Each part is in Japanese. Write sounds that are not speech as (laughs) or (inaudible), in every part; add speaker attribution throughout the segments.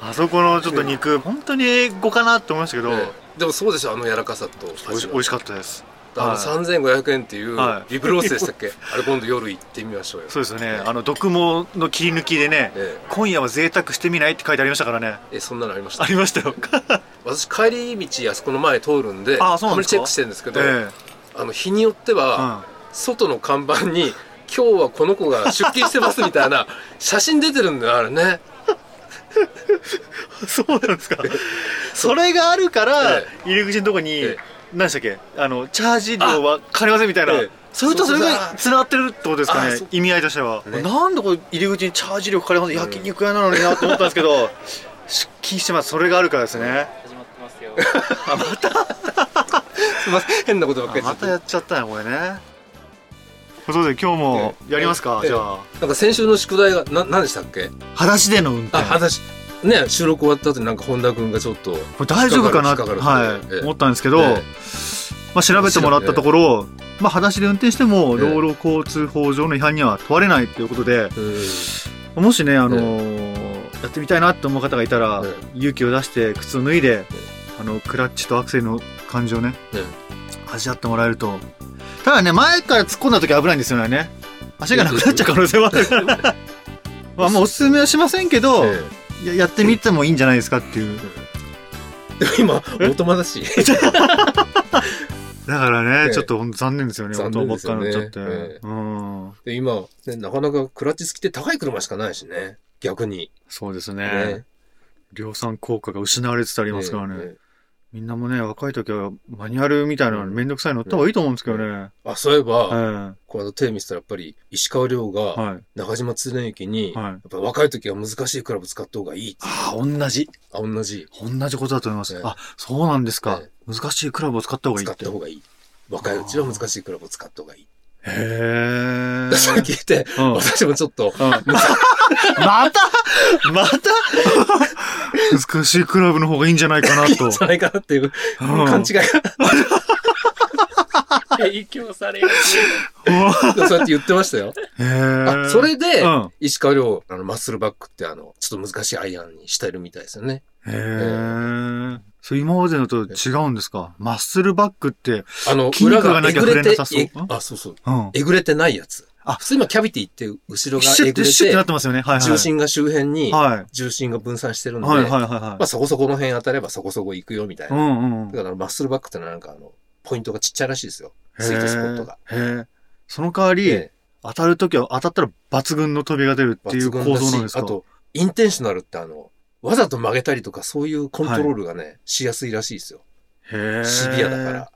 Speaker 1: あそこのちょっと肉本当に英語かなって思いましたけど、
Speaker 2: ねでもそうでしょあの柔らかさと
Speaker 1: 美味し美味しかったです
Speaker 2: あの
Speaker 1: はい
Speaker 2: 3500円っていう
Speaker 1: はい
Speaker 2: リブロースでしたっけ、 (laughs) あれ今度夜行ってみましょうよ
Speaker 1: そうですよねあの毒毛の切り抜きでね、
Speaker 2: ええ
Speaker 1: 今夜は贅沢してみないって書いてありましたからね (laughs)
Speaker 2: えそんなのありました
Speaker 1: ありましたよ
Speaker 2: 私帰り道あそこの前通るんで
Speaker 1: あそうなんですか
Speaker 2: たまにチェックしてるんですけど、
Speaker 1: え
Speaker 2: あの日によって
Speaker 1: えう
Speaker 2: は、
Speaker 1: ん
Speaker 2: 外の看板に「今日はこの子が出勤してます」みたい
Speaker 1: (laughs)
Speaker 2: な写真出てるんだよあれね
Speaker 1: そうなんですか。それがあるから
Speaker 2: え、
Speaker 1: 入り口のとこに
Speaker 2: ええ、
Speaker 1: 何でしたっけ、あの、チャージ料は金ませんみたいな
Speaker 2: ええ。
Speaker 1: それとそれ
Speaker 2: そう
Speaker 1: が
Speaker 2: だ
Speaker 1: 繋がってるってことですか
Speaker 2: あ
Speaker 1: ね
Speaker 2: そう、
Speaker 1: 意味合いとしては。
Speaker 2: ね
Speaker 1: なんでこれ入り口にチャージ料かかりません、焼肉屋なのになと思ったんですけど、出勤してます、それがあるからですね。
Speaker 3: 始まってますよ
Speaker 2: すいません変なことばっかり言
Speaker 1: ま
Speaker 2: っち
Speaker 1: た
Speaker 2: ゃ
Speaker 1: や
Speaker 2: っ
Speaker 1: っちゃったな、これね。そうです今日もやりますか、
Speaker 2: ええ
Speaker 1: じゃあ。
Speaker 2: てなんか先週の宿題がな何でしたっけ
Speaker 1: 裸足での運
Speaker 2: あ
Speaker 1: 転。
Speaker 2: 私ね収録終わった後になんか本田君がちょっと
Speaker 1: これ大丈夫かな
Speaker 2: 引っかかる引っかかる
Speaker 1: は
Speaker 2: え
Speaker 1: い、
Speaker 2: え
Speaker 1: 思ったんですけど、
Speaker 2: え
Speaker 1: まあ、調べてもらったところ、まあ、裸足で運転しても道路交通法上の違反には問われないということで、
Speaker 2: うん
Speaker 1: もしね、あのーやってみたいなと思う方がいたら、
Speaker 2: え
Speaker 1: 勇気を出して靴を脱いで、あのクラッチとアクセルの感じをね、
Speaker 2: え
Speaker 1: 味わってもらえるとただね前から突っ込んだ時危ないんですよね足がなくなっ (laughs) ちゃう可能性もあるからまあもうおすすめはしませんけど、
Speaker 2: (laughs) え
Speaker 1: ややってみてもいいんじゃないですかっていう
Speaker 2: えでも今大人だし
Speaker 1: だからね、
Speaker 2: ええ
Speaker 1: ちょっとほんと残念ですよね大
Speaker 2: 残
Speaker 1: 人
Speaker 2: 念
Speaker 1: ば
Speaker 2: で
Speaker 1: っ
Speaker 2: す
Speaker 1: か
Speaker 2: よ
Speaker 1: に
Speaker 2: ね
Speaker 1: なっちゃって、
Speaker 2: ええ
Speaker 1: うん
Speaker 2: (laughs) で今、ね、なかなかクラッチ付きって高い車しかないしね逆に、
Speaker 1: そうです
Speaker 2: ね
Speaker 1: ね量産効果が失われつつありますからね、
Speaker 2: ええええ
Speaker 1: みんなもね若い時はマニュアルみたいなのめんどくさいの乗った方がいいと思うんですけどね、
Speaker 2: あそういえば、
Speaker 1: は
Speaker 2: この手見せたらやっぱり石川遼
Speaker 1: い。
Speaker 2: が
Speaker 1: はい。
Speaker 2: 中島常之に、やっ
Speaker 1: あ
Speaker 2: ぱ若い時は難しいクラブ使った方がいいって
Speaker 1: あ、同じ。
Speaker 2: あ同じ
Speaker 1: 同じことだと思います。
Speaker 2: ええ
Speaker 1: あ、そうなんですか、
Speaker 2: え
Speaker 1: 難しいクラブを使った方がいい
Speaker 2: 使
Speaker 1: っ。
Speaker 2: ってた方がいい若いうちは難しいクラブを使った方がいい、
Speaker 1: へえ。
Speaker 2: それ聞
Speaker 1: (laughs)
Speaker 2: いて、
Speaker 1: うん。
Speaker 2: (laughs)
Speaker 1: うん
Speaker 2: 私もちょっと
Speaker 1: またまた難しいクラブの方がいいんじゃないかなと。
Speaker 2: じゃないかなっていう
Speaker 1: うん (laughs)
Speaker 2: 勘違いが、
Speaker 3: 影響される
Speaker 2: そうやって言ってましたよ。
Speaker 1: へー
Speaker 2: あそれで、
Speaker 1: うん。
Speaker 2: 石川遼、あの、マッスルバックってあの、ちょっと難しいアイアンにしてるみたいですよね。
Speaker 1: へえ。そう、今までのと違うんですかマッスルバックって、
Speaker 2: あの、
Speaker 1: 筋
Speaker 2: 裏
Speaker 1: 肉が
Speaker 2: が
Speaker 1: な
Speaker 2: え
Speaker 1: きゃ
Speaker 2: ぐれ
Speaker 1: 触れな
Speaker 2: て
Speaker 1: さそう、
Speaker 2: え
Speaker 1: うん
Speaker 2: あ、そうそう。
Speaker 1: うん。
Speaker 2: えぐれてないやつ。
Speaker 1: あ
Speaker 2: 普通今キャビティって後ろが
Speaker 1: シュッ
Speaker 2: えぐ
Speaker 1: て、
Speaker 2: れ
Speaker 1: シュッ
Speaker 2: て
Speaker 1: てなっ、てますよね。はいはい。
Speaker 2: 重心が周辺に、
Speaker 1: はい。
Speaker 2: 重心が分散してるんで、
Speaker 1: はいはいはい
Speaker 2: ま
Speaker 1: は
Speaker 2: あそこそこの辺当たればそこそこ行くよみたい
Speaker 1: い。う
Speaker 2: な。
Speaker 1: んうんうん。
Speaker 2: だからマッスルバックってのはなんかあの、ポイントがちっちゃいらしいですよ。スイートスポットが。
Speaker 1: へー。へーその代わり、
Speaker 2: え
Speaker 1: 当たるときは当たったら抜群の飛びが出るっていう構造なんですか
Speaker 2: あと、インテンショナルってあの、わざと曲げたりとかそういうコントロールがね、しやすいらしいですよ。
Speaker 1: へー
Speaker 2: シビアだから。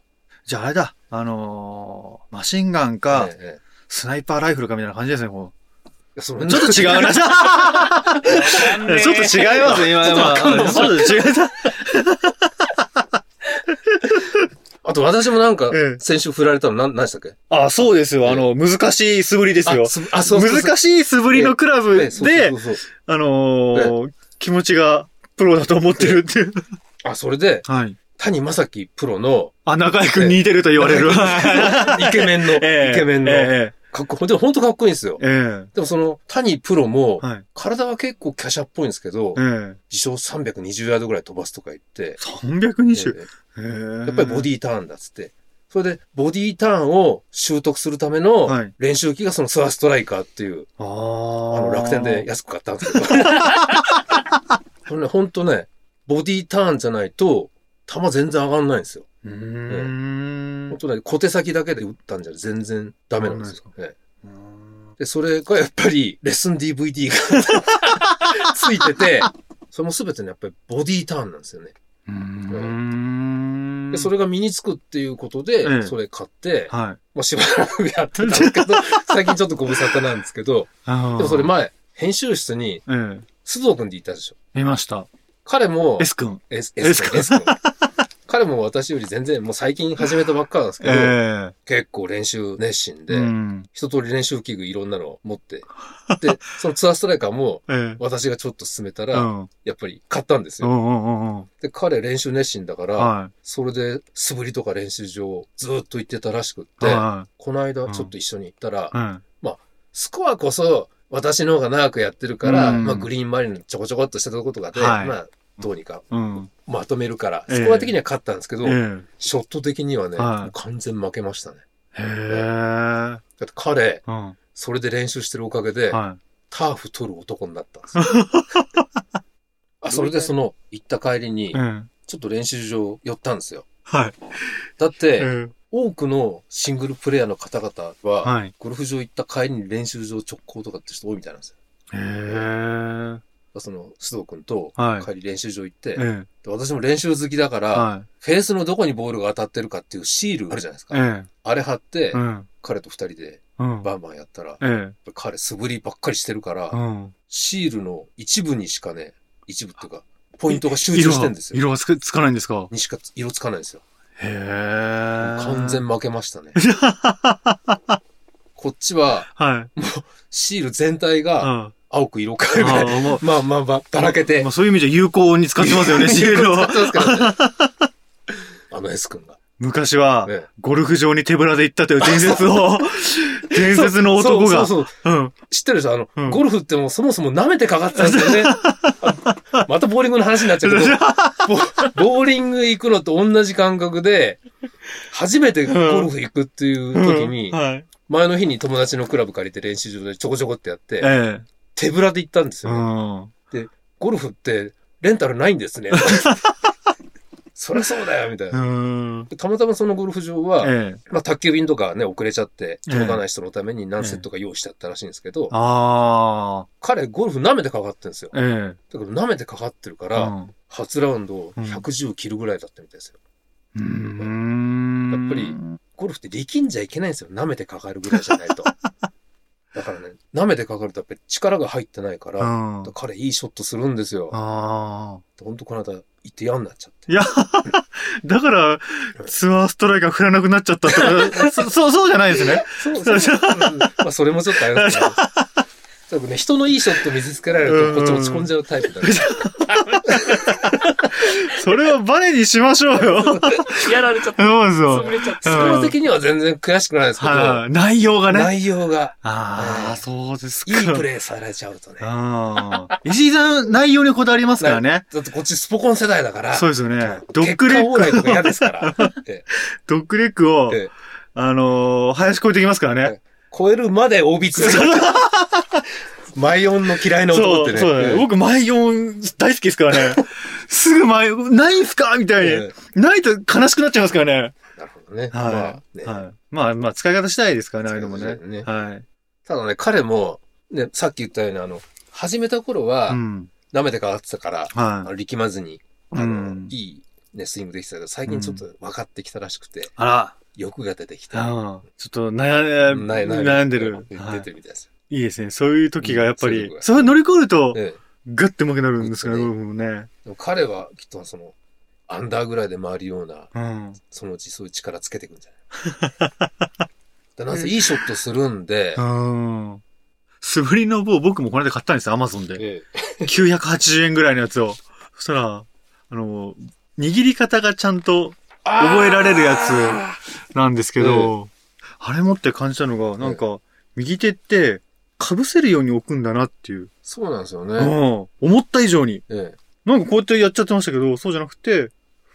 Speaker 1: じゃああれだ、あのー、マシンガンか、
Speaker 2: えええ
Speaker 1: スナイパーライフルかみたいな感じですね、こ
Speaker 2: えそうの
Speaker 1: ちょっと違う (laughs) な。ちょ
Speaker 3: 残念
Speaker 1: っと違いますね、今
Speaker 2: ちょっとわかんない
Speaker 1: ちょっと違う。
Speaker 2: あと私もなんか
Speaker 1: ええ、
Speaker 2: 先週振られたの何、何でしたっけ
Speaker 1: あ、そうですよ。あの、難しい素振りですよ
Speaker 2: あ。すあ、そうそうそう。
Speaker 1: 難しい素振りのクラブ
Speaker 2: ええそうそう
Speaker 1: で
Speaker 2: そ、うそう
Speaker 1: あのー、気持ちがプロだと思ってるっていう。
Speaker 2: あ、それで、
Speaker 1: はい。
Speaker 2: 谷正樹プロの、
Speaker 1: あ、中井くん似てると言われる。
Speaker 2: (laughs) イケメンの、
Speaker 1: (laughs) ええ
Speaker 2: イケメ
Speaker 1: え
Speaker 2: ンの、
Speaker 1: え
Speaker 2: かっこ、でも本当かっこいいんですよ。
Speaker 1: ええ
Speaker 2: でもその、谷プロも、
Speaker 1: はい。
Speaker 2: 体は結構華奢っぽいんですけど
Speaker 1: え、え。
Speaker 2: 自称320ヤードぐらい飛ばすとか言って、
Speaker 1: 320。
Speaker 2: え
Speaker 1: へえ
Speaker 2: えやっぱりボデ
Speaker 1: ィ。
Speaker 2: ィーターンだっつって。それで、ボディーターンを習得するための
Speaker 1: はい
Speaker 2: 練習機がそのスワストライカーっていう、
Speaker 1: あ
Speaker 2: あの
Speaker 1: の
Speaker 2: 楽天で。安く買ったんですけど。これね、ほんとね、ボディーターンじゃないと、球全然上がんないんですよ。
Speaker 1: うーん
Speaker 2: 本。当ね、小手先だけで打ったんじゃ全然ダメなんですよ。ええ
Speaker 1: うーん
Speaker 2: で、それがやっぱり、レッスン DVD が (laughs) ついてて、それも全てね、やっぱりボディーターンなんですよね。
Speaker 1: うーん。
Speaker 2: で、それが身につくっていうことで、
Speaker 1: ええ
Speaker 2: それ買って、
Speaker 1: はい。
Speaker 2: もうしばらくやってたんですけど、最近ちょっとご無沙汰なんですけど、
Speaker 1: あー
Speaker 2: でもそれ、前、編集室に
Speaker 1: ええ、
Speaker 2: 須藤くんっていたでしょ。
Speaker 1: 見ました。
Speaker 2: 彼も、
Speaker 1: S 君。
Speaker 2: S
Speaker 1: S 君
Speaker 2: S 君。彼も私より全然、もう最近始めたばっかなんですけど、
Speaker 1: え
Speaker 2: 結構練習熱心
Speaker 1: え。
Speaker 2: で、
Speaker 1: うん
Speaker 2: 一通り練習器具いろんなのを
Speaker 1: (laughs)
Speaker 2: 持って、で、そのツアーストライカーも
Speaker 1: え
Speaker 2: 私がちょっと進めた
Speaker 1: え。う
Speaker 2: ら、
Speaker 1: ん。
Speaker 2: やっぱり買ったんです
Speaker 1: うんう
Speaker 2: よ。
Speaker 1: んうんうん。
Speaker 2: で、彼練習熱心だから、
Speaker 1: は
Speaker 2: それで素振りとか練習場ずーっと行ってたらしくっ
Speaker 1: い。
Speaker 2: て、
Speaker 1: は
Speaker 2: この間
Speaker 1: うん
Speaker 2: ちょっと一緒に行ったら、
Speaker 1: い。うん。
Speaker 2: スコアこそ私の方が長くやってるから、
Speaker 1: うん
Speaker 2: まあ、グリーン周りのちょこちょこっとしたとことかで、
Speaker 1: はい
Speaker 2: まあ、どうにか
Speaker 1: うん。
Speaker 2: まとめるから、
Speaker 1: ええ
Speaker 2: スコア的には勝ったんですけど、
Speaker 1: ええ。
Speaker 2: ショット的にはね、
Speaker 1: はい
Speaker 2: もう完全負けましたね。
Speaker 1: へえ。
Speaker 2: だって彼、
Speaker 1: うん。は
Speaker 2: それで練習してるおかげで、
Speaker 1: い。は
Speaker 2: ターフ取る男になったん
Speaker 1: (laughs)
Speaker 2: ですよ。あ、それでその、行った帰りに
Speaker 1: い。う、ん。
Speaker 2: ちょっと練習場寄ったんですよ。
Speaker 1: はい。
Speaker 2: だっ
Speaker 1: う
Speaker 2: て、
Speaker 1: ん
Speaker 2: 多くのシングルプレイヤーの方々は、
Speaker 1: はい。
Speaker 2: ゴルフ場行った帰りに練習場直行とかって人多いみたいなんです
Speaker 1: へ
Speaker 2: よ。
Speaker 1: え。
Speaker 2: だからその、須藤くんと、
Speaker 1: はい。
Speaker 2: 帰り練習場行って、
Speaker 1: ええ。
Speaker 2: で私も練習好きだから、
Speaker 1: はい。
Speaker 2: フェースのどこにボールが当たってるかっていうシールあるじゃないですか。
Speaker 1: え
Speaker 2: あれ貼って、
Speaker 1: え。うん。
Speaker 2: 彼と二人で
Speaker 1: うん。
Speaker 2: バンバンやったら、
Speaker 1: え
Speaker 2: 彼素振りばっかりしてるから、
Speaker 1: え。うん。
Speaker 2: シールの一部にしかね、一部っていうか、ポイントが集中してんですよ。
Speaker 1: 色は色はつくつかないんですか
Speaker 2: にしか色つかないんですよ。
Speaker 1: へえ。
Speaker 2: 完
Speaker 1: 完
Speaker 2: 全。負けまし
Speaker 1: (laughs)
Speaker 2: たね。こっちは、
Speaker 1: はい。
Speaker 2: シール全体が
Speaker 1: あ
Speaker 2: 青く色変え
Speaker 1: あ
Speaker 2: る。
Speaker 1: もう、
Speaker 2: まあまあまあ、だらけて
Speaker 1: まあ、。そういう意味じゃ (laughs) 有効に使ってますよね、シー
Speaker 2: (laughs)
Speaker 1: ルを
Speaker 2: 使。ってますからねあの S 君が。
Speaker 1: 昔は、
Speaker 2: ね
Speaker 1: ゴルフ場に手ぶらで行ったという伝説を、伝説の男が。
Speaker 2: そうそうそう。
Speaker 1: うん。
Speaker 2: 知ってるでしょあの、
Speaker 1: うん
Speaker 2: ゴルフってもうそもそも舐めてかかってたんです
Speaker 1: (laughs)
Speaker 2: よね。またボーリングの話になっちゃうけど、ボボーリング行くのと同じ感覚で、初めてゴルフ行くっていう時に
Speaker 1: うん、はい。
Speaker 2: 前の日に友達のクラブ借りて練習場でちょこちょこってやって、
Speaker 1: え
Speaker 2: 手ぶらで行ったんです
Speaker 1: え。う
Speaker 2: よ。
Speaker 1: ん。
Speaker 2: ゴルフってレンタルないんです
Speaker 1: (laughs)
Speaker 2: ね。そりゃそうだよ、みたいな。
Speaker 1: うん。
Speaker 2: たまたまそのゴルフ場は、
Speaker 1: ええ。
Speaker 2: まあ、宅急便とかね、遅れちゃって、届かない人のために何セットか用意してあったらしいんですけど、
Speaker 1: あ
Speaker 2: 彼ゴルフ舐めてかかってるんですよ。
Speaker 1: あ。ええ。
Speaker 2: だから舐めてかかってるか
Speaker 1: う
Speaker 2: ら、
Speaker 1: ん。
Speaker 2: 初ラウンド110切るぐらいだったみたいですよ。
Speaker 1: うーん。
Speaker 2: やっぱりゴルフって力んじゃいけないんですよ。舐めてかかるぐらいじゃないと。だからね、舐めてかかるとやっぱり力が入ってないか
Speaker 1: う
Speaker 2: ら、だか
Speaker 1: ん。
Speaker 2: ら彼いいショットするんですよ。
Speaker 1: ああ。
Speaker 2: ほんとこの間行って嫌になっちゃって。
Speaker 1: だから、ツアーストライカー振らなくなっちゃったとか、そそう、そうじゃないですね。
Speaker 2: そうそうそう。まあそれもちょっとあれですけど。多分ね、人のいいショット見せつけられるとこっち落ち込んじゃうタイプだから。
Speaker 1: それはバネにしましょう (laughs) よ。そう
Speaker 3: やられちゃった。
Speaker 1: ですよ
Speaker 3: 潰。れちゃっ
Speaker 2: ス
Speaker 3: た。
Speaker 2: コア的には全然悔しくないですけど、
Speaker 1: はい。内容がね。
Speaker 2: 内容が
Speaker 1: ああ、そうです
Speaker 2: い
Speaker 1: か。
Speaker 2: いプレーされちゃうとね。
Speaker 1: ああ。石井さん、内容にこだわりますからね。
Speaker 2: だってこっちスポコン世代だから。
Speaker 1: そうですよね。ドッ
Speaker 2: 結
Speaker 1: グレ
Speaker 2: 果
Speaker 1: ッ
Speaker 2: オーライとか嫌
Speaker 1: グ、
Speaker 2: ですから。ええ
Speaker 1: ドッグレッグを
Speaker 2: ええ、
Speaker 1: あのー、林越えていきますからね。
Speaker 2: 超えるまで OB 続け
Speaker 1: (laughs)
Speaker 2: る。マイオンの嫌いな男
Speaker 1: そ
Speaker 2: って
Speaker 1: う、
Speaker 2: ね。
Speaker 1: そうだね。
Speaker 2: ええ
Speaker 1: 僕、マイオン大好きです
Speaker 2: (laughs)
Speaker 1: からね。すぐマイオン、ないんすかみたいに。
Speaker 2: え
Speaker 1: ないと悲しくなっちゃいますからね。
Speaker 2: えなるほど
Speaker 1: は
Speaker 2: ね。
Speaker 1: い。
Speaker 2: まあね
Speaker 1: はいまあ、まあ、使い方次第ですからね、ああいうのも
Speaker 2: そう
Speaker 1: ね
Speaker 2: です。ね
Speaker 1: はい。
Speaker 2: ただね、彼も、ね、さっき言ったように、あの、始めた頃
Speaker 1: う
Speaker 2: は、
Speaker 1: ん。
Speaker 2: 舐めてかかってたから、あ
Speaker 1: はい。
Speaker 2: の力まずに、あ
Speaker 1: う
Speaker 2: の
Speaker 1: ん、
Speaker 2: いい、ね、スイングできてたけど、最近ちょっと分かってきたらしくて、
Speaker 1: あら。
Speaker 2: 欲が出てきて、
Speaker 1: ああちょっと悩ん
Speaker 2: ないない
Speaker 1: 悩んでる。は
Speaker 2: 出てるみたいですよ。
Speaker 1: いいいですね。そういう時がやっぱ
Speaker 2: うんそうい
Speaker 1: り
Speaker 2: う時、が
Speaker 1: それ乗り越えると、
Speaker 2: ええ
Speaker 1: ガッて負けになるんですから、
Speaker 2: う
Speaker 1: ゴ
Speaker 2: ん
Speaker 1: ルフもね。
Speaker 2: でも彼はきっとその、アンダーぐらいで回るような、
Speaker 1: うん。
Speaker 2: そのうちそういう力つけていくんじゃない
Speaker 1: (laughs)
Speaker 2: だからなんせいいショットするんで、
Speaker 1: うん。素振りの棒、僕もこの間買ったんですよ、アマゾンで。
Speaker 2: ええ
Speaker 1: 980円ぐらいのやつ
Speaker 2: (laughs)
Speaker 1: を。そしたら、あの、握り方がちゃんと覚えられるやつなんですけど、あれ持って感じたのが、なんか、右手って、被せるように置くんだなっていう。
Speaker 2: そうなんですよ
Speaker 1: うん
Speaker 2: ね。。
Speaker 1: 思った以上に。
Speaker 2: ええ
Speaker 1: なんかこうやってやっちゃってましたけど、そうじゃなくて、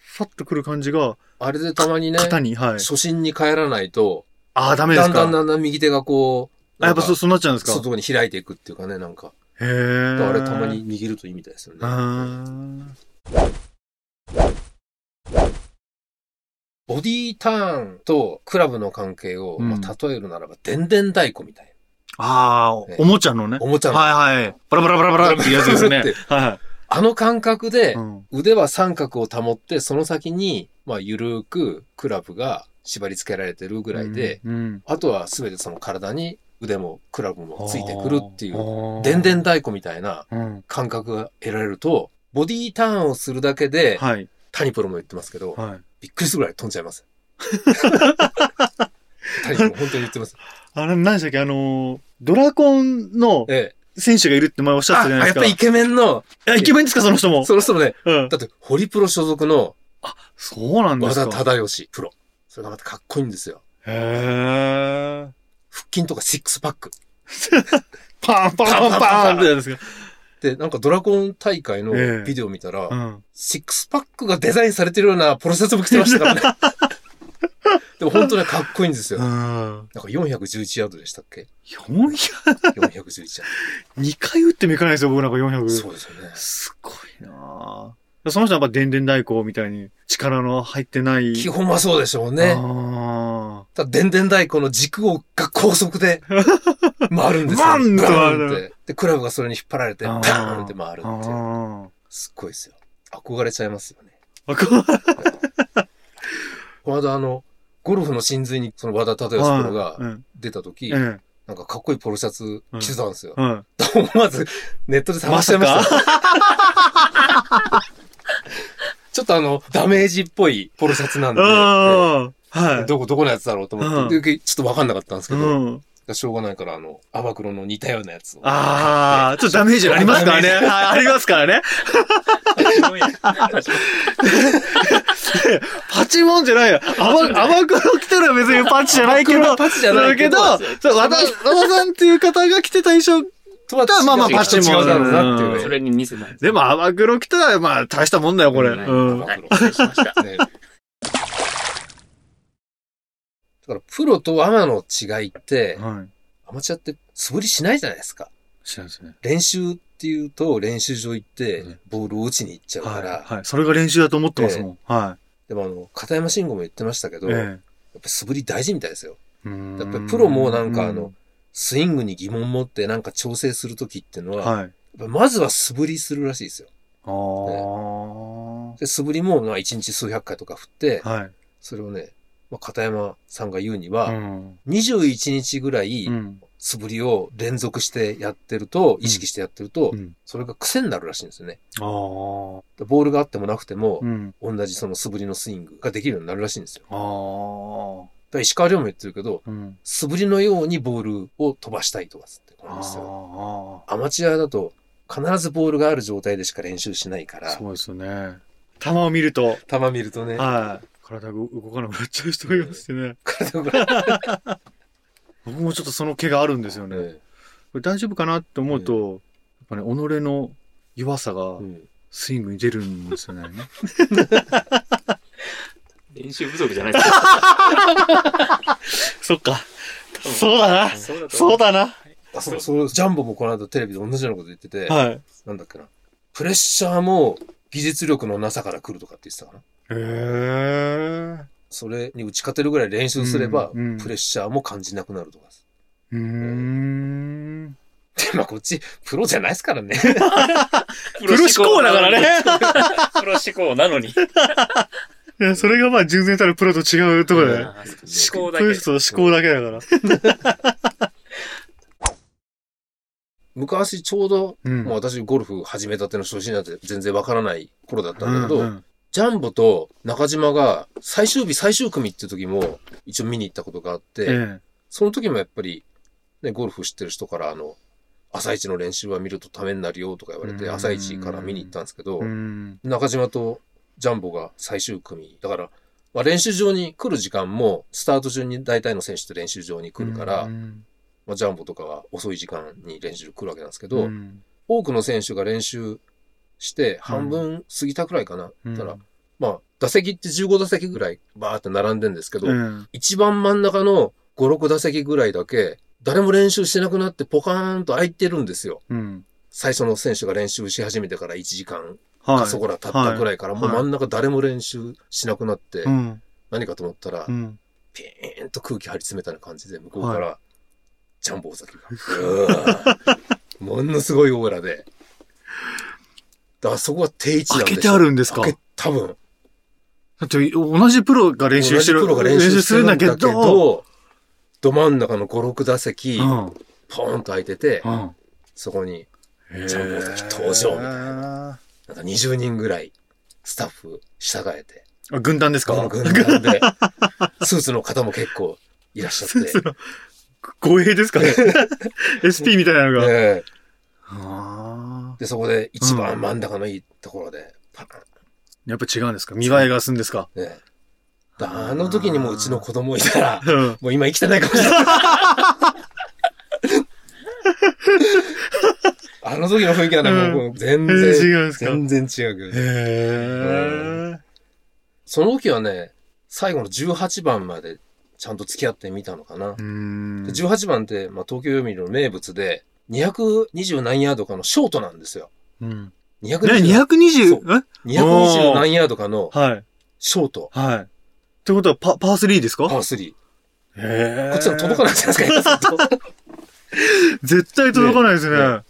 Speaker 1: ファッとくる感じが、
Speaker 2: あれでたまにね、
Speaker 1: 肩に、はい。
Speaker 2: 初心に帰らないと、
Speaker 1: ああ、ダメで
Speaker 2: だ
Speaker 1: す
Speaker 2: ん
Speaker 1: か。
Speaker 2: だんだんだん右手がこう、
Speaker 1: あ、やっぱそう、
Speaker 2: そ
Speaker 1: そうなっちゃうんですか。
Speaker 2: 外に開いていくっていうかね、なんか。
Speaker 1: へえ。
Speaker 2: あれたまに。握るといいみたいですよね。
Speaker 1: あ
Speaker 2: ボディーターンとクラブの関係を、
Speaker 1: うん
Speaker 2: まあ、例えるならば、でんでん太鼓みたい
Speaker 1: あー、おもちゃのね
Speaker 2: な。。おもちゃの、
Speaker 1: はいはい。バラバラバラバラっていうやつですね
Speaker 2: バラ (laughs) バラっ。
Speaker 1: は
Speaker 2: あの感覚
Speaker 1: い。
Speaker 2: で
Speaker 1: う、ん
Speaker 2: 腕は三角を保って、その先に、まあ、ゆるーくクラブが縛り付けられてるぐらいで、、
Speaker 1: うん。
Speaker 2: あとは全てその体に腕もクラブもついてくるっていう、
Speaker 1: う
Speaker 2: でんでん。太鼓みたいな
Speaker 1: うん。
Speaker 2: 感覚が得られると、ボディーターンをするだけで、
Speaker 1: はい。
Speaker 2: 谷プロも言ってますけど、
Speaker 1: はい。
Speaker 2: びっくりするぐらい飛んじゃい
Speaker 1: (laughs)
Speaker 2: ます。谷プロも本当に言ってます。
Speaker 1: あれ、何でしたっけあのー、ドラコンの
Speaker 2: ええ。
Speaker 1: 選手がいるって前おっしゃっ
Speaker 2: あ、
Speaker 1: たじゃない
Speaker 2: や
Speaker 1: です
Speaker 2: っぱ
Speaker 1: か。
Speaker 2: りイケメンの、
Speaker 1: あイケメンですかその人も。
Speaker 2: その人もね、
Speaker 1: うん。
Speaker 2: だって、ホリプロ所属の
Speaker 1: そうなんで
Speaker 2: 和
Speaker 1: す
Speaker 2: 田
Speaker 1: か。
Speaker 2: 忠義プロ。それがまたかっこいいんですよ。
Speaker 1: へえ。
Speaker 2: 腹筋とかシックスパック。
Speaker 1: パンパンパンパンってやるんですけ
Speaker 2: で、なんかドラゴン大会
Speaker 1: ええ
Speaker 2: のビデオ見た
Speaker 1: ど。
Speaker 2: ら、
Speaker 1: うん。
Speaker 2: シックスパックがデザインされてるようなポロシャツも着てましたからね。 (laughs) でも本当にかっこいいんですよ。
Speaker 1: う
Speaker 2: なん
Speaker 1: ん。
Speaker 2: か411ヤードでしたっけ
Speaker 1: 400、
Speaker 2: ?411 ヤー
Speaker 1: 2回打ってもいかないですよ、僕なんか400。
Speaker 2: ド。そうですよね。
Speaker 1: すごいなぁその人はやっぱ電電太鼓みたいに力の入ってない。
Speaker 2: 基本はそうでしょうね。
Speaker 1: あ
Speaker 2: ただ、でんでん太鼓の軸をが高
Speaker 1: (laughs)
Speaker 2: 速で回るんですよ。
Speaker 1: バンと
Speaker 2: バ
Speaker 1: 回る
Speaker 2: って。で、クラブがそれに引っ張られて、
Speaker 1: あ
Speaker 2: パ
Speaker 1: ー
Speaker 2: ーンって回る
Speaker 1: ー
Speaker 2: っていう。
Speaker 1: あ
Speaker 2: すっごいですよ。憧れちゃいますよね。
Speaker 1: ー。あ、
Speaker 2: この間、あの、ゴルフの真髄にその和田忠義プロが
Speaker 1: うん。
Speaker 2: 出た時、
Speaker 1: うん。
Speaker 2: なんかかっこいいポロシャツ着てたんですよ。
Speaker 1: うん。
Speaker 2: (laughs) 思わずネットで探しちゃいました。
Speaker 1: ま
Speaker 2: ちょっとあの、ダメージっぽいポロシャツなんで、
Speaker 1: ああ。は
Speaker 2: え
Speaker 1: い。
Speaker 2: どこ、どこのやつだろうと思って、
Speaker 1: う
Speaker 2: でちょっとわかんなかったんですけど、
Speaker 1: うん。
Speaker 2: しょうがないから、あの、アバクロの似たようなやつを。
Speaker 1: ああ、ちょっとダメージありますからね。
Speaker 2: ダメージ
Speaker 1: あありますから
Speaker 2: (laughs)
Speaker 1: ね。パチモンじゃないよ。アバ、アバクロ来たら別にパチじゃないけど、
Speaker 2: パチじゃな
Speaker 1: だ
Speaker 2: いけ
Speaker 1: け
Speaker 2: ど
Speaker 1: ど、、そう和田、和田さんっていう方が着てた衣装
Speaker 2: とは違う
Speaker 1: まあまあ
Speaker 2: ちょっ
Speaker 1: パ
Speaker 2: と
Speaker 1: チモン
Speaker 2: 違うだろうなっていううね。
Speaker 1: ん
Speaker 3: それに似せない。
Speaker 1: でも、アバクロ来たら、まあ、大したもんだよ、これ。
Speaker 3: うん
Speaker 1: うん。
Speaker 2: は
Speaker 3: はいい、失礼しました。
Speaker 2: ねだから、プロとアマの違いって、
Speaker 1: はい。
Speaker 2: アマチュアって素振りしないじゃないですか。
Speaker 1: 知らんですね。
Speaker 2: 練習っていうと、練習場行って
Speaker 1: うん、
Speaker 2: ボールを打ちに行っちゃうか
Speaker 1: は
Speaker 2: ら、
Speaker 1: い。はい。それが練習だと思ってますもん。は
Speaker 2: でもあの、片山慎吾も言ってましたけ
Speaker 1: い。
Speaker 2: ど、やっ
Speaker 1: え
Speaker 2: ぱ素振り大事みたいですよ。
Speaker 1: え。や
Speaker 2: やっぱりプロもなんかあの、、スイングに疑問持ってなんか調整するときっていうのは、やっ
Speaker 1: はい。
Speaker 2: ぱまずは素振りするらしいですよ。
Speaker 1: ああ。
Speaker 2: で、素振りもまあ1日数百回とか振って、
Speaker 1: はい。
Speaker 2: それをね、まあ、片山さんが言うには、
Speaker 1: ん。
Speaker 2: 21日ぐらい
Speaker 1: うん。
Speaker 2: 素振りを連続してやってると、意識してやってると、
Speaker 1: うん
Speaker 2: それが癖になるらしいんですよね。
Speaker 1: ああ。
Speaker 2: でボールがあってもなくても
Speaker 1: う、ん。
Speaker 2: 同じその素振りのスイングができるようになるらしいんですよ。だ
Speaker 1: ああ。
Speaker 2: から石川亮も言ってるけど、
Speaker 1: うん。
Speaker 2: 素振りのようにボールを飛ばしたいとかっつってこ
Speaker 1: あ
Speaker 2: の
Speaker 1: あ。
Speaker 2: 人は
Speaker 1: そ
Speaker 2: アマチュアだと必ずボールがある状態でしか練習しないから、
Speaker 1: うですよね。球を見ると、
Speaker 2: 球見るとね、
Speaker 1: はい。体が動かなくなっちゃう人がいますしね。
Speaker 2: 体が、
Speaker 1: 僕もちょっ (laughs) とその毛があるんですよね。
Speaker 2: ね
Speaker 1: これ大丈夫かなって思うと、やっぱね、己の弱さが
Speaker 2: うん
Speaker 1: スイングに出るんですよね。
Speaker 3: 練習不足じゃないですか。
Speaker 1: (laughs) そっか。そうだな。
Speaker 3: そうだと
Speaker 1: そう
Speaker 3: 思
Speaker 1: だな。
Speaker 2: あそうそうジャンボもこの間テレビで同じようなこと言ってて、
Speaker 1: はい。
Speaker 2: なんだっけな、プレッシャーも技術力のなさから来るとかって言ってたかな。
Speaker 1: へえ。
Speaker 2: それに打ち勝てるぐらい練習すれば、
Speaker 1: うんうん
Speaker 2: プレッシャーも感じなくなるとか。
Speaker 1: うーん。
Speaker 2: で、まあこっち、プロじゃないですからね。
Speaker 1: (laughs)
Speaker 3: う。
Speaker 1: プロ志向だからね。
Speaker 3: プロ志向なのに。
Speaker 1: いや、それがまあ、従前たるプロと違うところだよね。
Speaker 3: 思考だ
Speaker 1: プ
Speaker 3: け
Speaker 1: ロ。と思考だけだから。
Speaker 2: 昔ちょうど、
Speaker 1: うん
Speaker 2: もう私ゴルフ始めたての初心者で全然わからない頃だったんだけど、
Speaker 1: うん
Speaker 2: ジャンボと中島が最終日最終組っていう時も一応見に行ったことがあって、
Speaker 1: え
Speaker 2: その時もやっぱり、ね、ゴルフ知ってる人からあの、朝一の練習は見るとためになるよとか言われ
Speaker 1: う
Speaker 2: て、
Speaker 1: ん
Speaker 2: 朝一から見に行ったんですけど
Speaker 1: え。う、ん。
Speaker 2: 中島とジャンボが最終組。だから、まあ、練習場に来る時間も、スタート順に大体の選手と練習場に来るから、
Speaker 1: うん
Speaker 2: まあ、ジャンボとかは遅い時間に練習来るわけなんですけ
Speaker 1: う
Speaker 2: ど、
Speaker 1: ん
Speaker 2: 多くの選手が練習して半分過ぎたくらいかな。
Speaker 1: うん
Speaker 2: たら、まあ、打席って15打席ぐらいバーって並んでんですけど、
Speaker 1: うん
Speaker 2: 一番真ん中の5、6打席ぐらいだけ、誰も練習してなくなってポカーンと空いてるんですよ。
Speaker 1: うん。
Speaker 2: 最初の選手が練習し始めてから1時間
Speaker 1: は
Speaker 2: かそこら経ったぐらいから、
Speaker 1: はい
Speaker 2: もう真ん中誰も練習しなくなって、
Speaker 1: うん。
Speaker 2: 何かと思ったら、
Speaker 1: うん。
Speaker 2: ピーンと空気張り詰めたような感じで、向こうから、ジャンボ尾崎が、うわ
Speaker 1: (laughs)
Speaker 2: ーものすごいオーラで。だからそこは定位置なん
Speaker 1: 開
Speaker 2: でし
Speaker 1: け
Speaker 2: ょ
Speaker 1: てあるんですか
Speaker 2: 開け多分。
Speaker 1: だって、同じプロが練習してる。
Speaker 2: 同じプロが練習してるんだけど、
Speaker 1: 練習してるんだけど
Speaker 2: ど真ん中の5、6打席、
Speaker 1: うん。うん。
Speaker 2: ポーンと空いてて、そこに、ジャンボ尾崎登場みたい
Speaker 1: な。
Speaker 2: なんか20人ぐらい、スタッフ、従えて、
Speaker 1: あ、軍団です
Speaker 2: この
Speaker 1: か
Speaker 2: 軍団で、 (laughs) スーツの方も結構いらっしゃっ
Speaker 1: (laughs)
Speaker 2: て
Speaker 1: そ、の護衛ですか
Speaker 2: (laughs)
Speaker 1: ね ?SP みたいなのが。
Speaker 2: で
Speaker 1: ああ。
Speaker 2: で、そこで一番真ん中のいいところで、パーン
Speaker 1: やっぱ違うんですか見栄えがするんですか
Speaker 2: ねだあの時にもううちの子
Speaker 1: (laughs)
Speaker 2: 供いたら、
Speaker 1: うん。 (laughs)
Speaker 2: もう今生きてないかもしれない。あの時の雰囲気はね、
Speaker 1: うん
Speaker 2: もう全
Speaker 1: 全然違
Speaker 2: 然、
Speaker 1: うんですか。
Speaker 2: 全然違うけど。
Speaker 1: へー。
Speaker 2: その時はね、最後の18番までちゃんと付き合ってみたのかな。
Speaker 1: うーん。
Speaker 2: 18番って、まあ、東京読売の名物で、220何ヤードかのショートなんですよ。
Speaker 1: うん。ね、
Speaker 2: 220
Speaker 1: 220? え
Speaker 2: 220何ヤードかの
Speaker 1: はい。
Speaker 2: ショート、
Speaker 1: はい。ってことは、パ、パー3です
Speaker 2: パ
Speaker 1: か
Speaker 2: ー3。
Speaker 1: へー
Speaker 2: こっちは届かないじゃないですか、ずっと
Speaker 1: 絶対届かないですね。
Speaker 2: ねね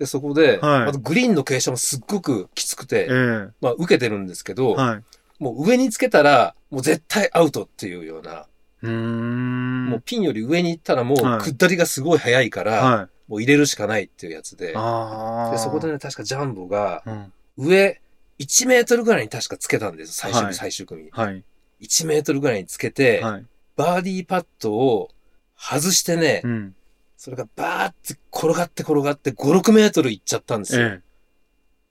Speaker 2: で、そこで、
Speaker 1: (laughs) はい
Speaker 2: あとグリーンの傾斜もすっごくきつく
Speaker 1: ええ
Speaker 2: て、まあ、受けてるんですけど、
Speaker 1: はい。
Speaker 2: もう上につけたら、もう絶対アウトっていうような、
Speaker 1: うーん。
Speaker 2: もうピンより上に行ったらもう
Speaker 1: はい
Speaker 2: 下りがすごい速いから、
Speaker 1: は
Speaker 2: もう入れるしかないっていうやつで
Speaker 1: い。、ああ。
Speaker 2: でそこでね、確かジャンボが、
Speaker 1: うん。
Speaker 2: 上1メートルぐらいに確かつけたんです、最終日、
Speaker 1: はい
Speaker 2: 最終組。
Speaker 1: はい。
Speaker 2: 1メートルぐらいにつけて、
Speaker 1: はい。
Speaker 2: バーディーパットを外してね、
Speaker 1: うん。
Speaker 2: それがバーって転がって転がって5、6メートル行っちゃったんですよ。
Speaker 1: え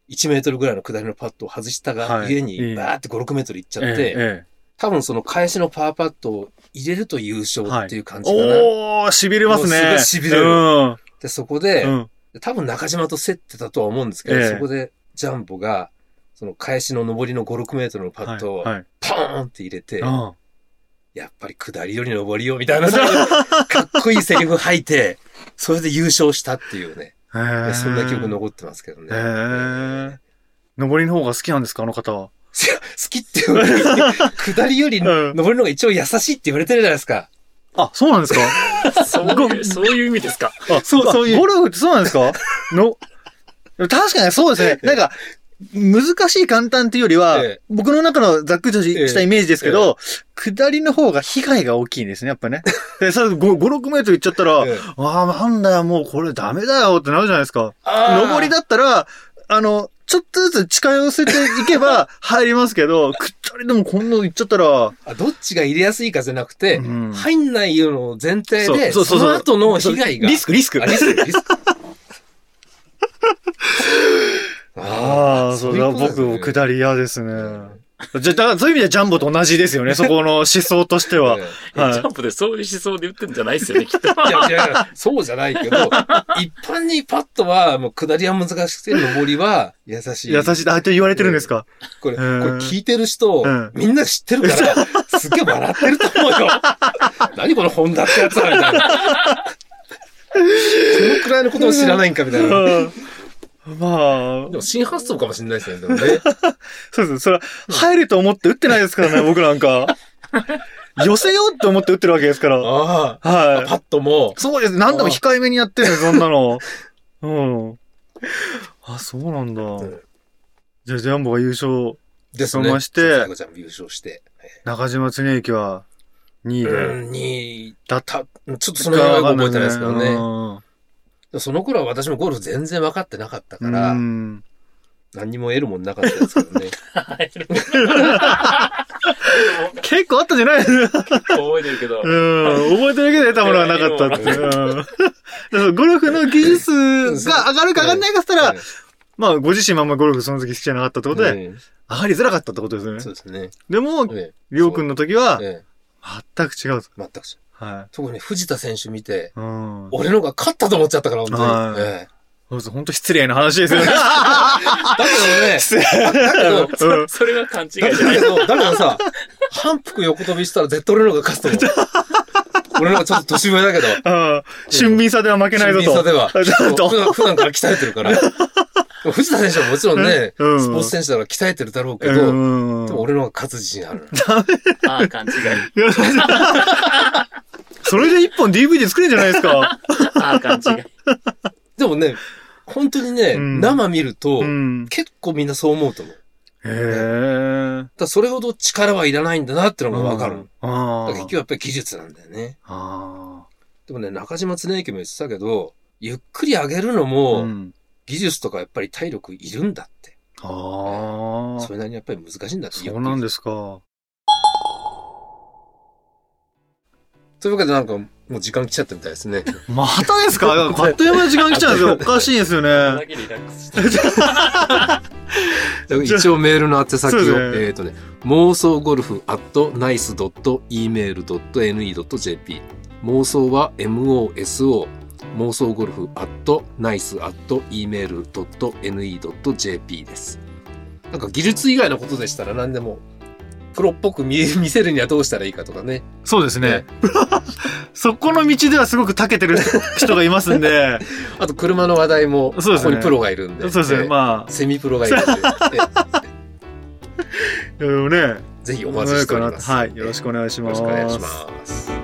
Speaker 2: 1メートルぐらいの下りのパットを外したが、
Speaker 1: はい
Speaker 2: 家
Speaker 1: え
Speaker 2: に
Speaker 1: え
Speaker 2: バーって5、6メートル行っち
Speaker 1: え。
Speaker 2: ゃって、
Speaker 1: え
Speaker 2: 多分その返しのパーパットを入れると優勝っていう感
Speaker 1: え。
Speaker 2: じかな。
Speaker 1: おー、痺れます
Speaker 2: も
Speaker 1: ね。
Speaker 2: うすごい痺れる
Speaker 1: うん。
Speaker 2: で、そこで、
Speaker 1: うん。
Speaker 2: 多分中島と競ってたとは思うんですけど、
Speaker 1: ええ
Speaker 2: そこでジャンボが、その返しの上りの5、6メートルのパットを、
Speaker 1: はい。はい
Speaker 2: ポーンって入れて、
Speaker 1: うん。
Speaker 2: やっぱり下りより上りよ、みたい
Speaker 1: (laughs)
Speaker 2: な、かっこいいセリフ吐いて、それで優勝したっていうね。
Speaker 1: へー
Speaker 2: そんな記憶残ってますけどね。
Speaker 1: へー登りの方が好きなんですかあの方は。
Speaker 2: いや好きって言われて、下りより上りの方が一応優しいって言われてるじゃないですか。
Speaker 1: あ、そうなんですか
Speaker 3: そういう、そういう意味ですか。
Speaker 1: あ、そう、そういう。ゴルフってそうなんです
Speaker 2: (laughs)
Speaker 1: かの、確かにそうですね。なんか、難しい簡単っていうよりは、
Speaker 2: ええ
Speaker 1: 僕の中のざっくりと
Speaker 2: ええ
Speaker 1: したイメージですけど、下りの方が被害が大きいんですね、やっぱ
Speaker 2: (laughs)
Speaker 1: ね。で、さ、5、5 6メートル行っちゃったら、
Speaker 2: ええ
Speaker 1: ああ、なんだよ、もうこれダメだよってなるじゃないですか。上りだったら、あの、ちょっとずつ近寄せていけ
Speaker 2: (laughs)
Speaker 1: ば入りますけど、下りでもこんなの行っちゃったら、
Speaker 2: あどっちが入れやすいかじゃなくて、
Speaker 1: うん
Speaker 2: 入んないよのを前提で、
Speaker 1: そ
Speaker 2: そ
Speaker 1: そうそ
Speaker 2: う
Speaker 1: うそう
Speaker 2: の後の被害が。
Speaker 1: リスク、リスク
Speaker 2: あ。リスク、リスク。
Speaker 1: (laughs) ああ、そうだ、僕も
Speaker 2: り
Speaker 1: 下り嫌ですね。じゃ、だからそういう意味ではジャンボと同じですよね、そこの思想として
Speaker 2: (laughs)
Speaker 1: は。
Speaker 3: ジ
Speaker 1: はい
Speaker 3: ャンプでそういう思想で言ってんじゃないですよね、きっと。
Speaker 2: いやいやいや、そうじゃないけど、一般にパッとは、もう下りは難しくて、上りは優しい。
Speaker 1: 優しい、あ、と言われてるんですか、
Speaker 2: これ、こ
Speaker 1: う
Speaker 2: れ
Speaker 1: ん
Speaker 2: 聞いてる人、
Speaker 1: うん
Speaker 2: みんな知ってるから、すっげえ笑ってると思うよ。何この本田ってやつはみたいな。このくらいのことを知らないんかみたいな。
Speaker 1: うんまあ
Speaker 2: で、も新発想かもしれないですね。でもね。
Speaker 1: そうです。それは、入ると思って打ってないですからね、僕なんか。寄せようって思って打ってるわけですから。
Speaker 2: ああ。
Speaker 1: は
Speaker 2: パッとも
Speaker 1: い。、そうです。何度も控えめにやってるね、そんなの。うん。あ、そうなんだ。
Speaker 2: ん
Speaker 1: じゃあ、ジャンボが優勝、
Speaker 2: ですね。
Speaker 1: そうまして
Speaker 2: 最後ちゃん優勝して。
Speaker 1: 中島恒之は2位で。
Speaker 2: うん、に、、
Speaker 1: だった
Speaker 2: ちょっとその辺は覚えてないですけどね。
Speaker 1: ね。
Speaker 2: その頃は私もゴルフ全然分かってなかった
Speaker 1: う
Speaker 2: から、
Speaker 1: ん。
Speaker 2: 何にも得るもんなかったですけどね。
Speaker 1: 結構あったんじゃないうん。
Speaker 3: (laughs) 覚えてるけど。
Speaker 1: 覚えてるだけで得たものはなかった
Speaker 2: (laughs)
Speaker 1: って。うんだからゴルフの技術が上がるか上がんないかって (laughs) 言ったら、まあ、ご自身もあんまりゴルフその時好きじゃなかったってことで、
Speaker 2: うん
Speaker 1: 上がりづらかったってことですよね
Speaker 2: そ。うですね。
Speaker 1: でも、
Speaker 2: え
Speaker 1: りょうくんの時は
Speaker 2: え、ええ
Speaker 1: 全く違うと。
Speaker 2: 全くそう
Speaker 1: はい。
Speaker 2: 特に藤田選手見て、
Speaker 1: うん。
Speaker 2: 俺のが勝ったと思っちゃったから、本当に。
Speaker 1: はい
Speaker 2: ええ
Speaker 1: そうそう、本当失礼な話ですよ
Speaker 2: (laughs)
Speaker 1: ね。
Speaker 2: だけ
Speaker 1: 失礼。 (laughs)
Speaker 2: どね、
Speaker 1: うん
Speaker 3: それは勘違いじゃ
Speaker 2: だけど、
Speaker 3: な
Speaker 2: だ
Speaker 3: い
Speaker 2: け。ど、だけどさ、反復横飛びしたら絶対俺のが勝つと思
Speaker 1: (laughs)
Speaker 2: う。俺のがちょっと年上だけど、
Speaker 1: うん。俊敏さでは負けないぞ
Speaker 2: 俊敏さで
Speaker 1: と。
Speaker 2: は
Speaker 1: (laughs) ちょっと
Speaker 2: 普段普段から鍛えてるから。藤田選手はもちろんね、
Speaker 1: うん
Speaker 2: スポーツ選手だから鍛えてるだろうけど、
Speaker 1: うん
Speaker 2: でも俺の方が勝つ自信ある。
Speaker 3: ああ、勘違
Speaker 1: い
Speaker 3: い。
Speaker 2: (laughs)
Speaker 1: や、それで一本 DVD 作れんじゃないですか。
Speaker 3: ああ、勘違い。
Speaker 2: でもね、本当にね、
Speaker 1: うん
Speaker 2: 生見ると、
Speaker 1: うん。
Speaker 2: 結構みんなそう思うと思う。だか
Speaker 1: へえ。
Speaker 2: らそれほど力はいらないんだなってのがわかる。だ
Speaker 1: あ
Speaker 2: から結局やっぱり技術なんだよね。
Speaker 1: あ。
Speaker 2: でもね、中島恒之も言ってたけど、ゆっくり上げるの
Speaker 1: あ
Speaker 2: も、
Speaker 1: ん。
Speaker 2: 技術とかやっぱり体力いるんだって。
Speaker 1: ああ。
Speaker 2: それなりにやっぱり難しいんだって。
Speaker 1: そうなん
Speaker 2: す。
Speaker 1: ですか。
Speaker 2: というわけでなんか、もう時間来ちゃったみたいですね。
Speaker 1: またです
Speaker 2: (laughs)
Speaker 1: かあっという間に時間来ちゃうんですよ。おかしいですよ
Speaker 3: それ
Speaker 1: ね。
Speaker 3: だけリラックスして。
Speaker 2: 一応メールの宛先を、
Speaker 1: そうですね
Speaker 2: えっ、とね、妄想ゴルフ at nice.email.ne.jp 妄想は moso 妄想ゴルフ at nice at email.ne.jp です。なんか技術以外のことでしたら何でも、プロっぽく見え (laughs) 見せるにはどうしたらいいかとかね。
Speaker 1: そうですね。 (laughs) そこの道ではすごく長けてる人がいますん
Speaker 2: (laughs)
Speaker 1: で、
Speaker 2: あと車の話題も、こ
Speaker 1: そうですね
Speaker 2: こにプロがいるんで。
Speaker 1: そうです
Speaker 2: え
Speaker 1: ね。
Speaker 2: え
Speaker 1: まあ、
Speaker 2: セミプロがいるんで、え
Speaker 1: いろいろね、
Speaker 2: えぜひお待ちしておりま
Speaker 1: (laughs)
Speaker 2: す。
Speaker 1: はい。よろしくお願いし
Speaker 2: よ
Speaker 1: ま
Speaker 2: ろ
Speaker 1: す。
Speaker 2: しくお願いします。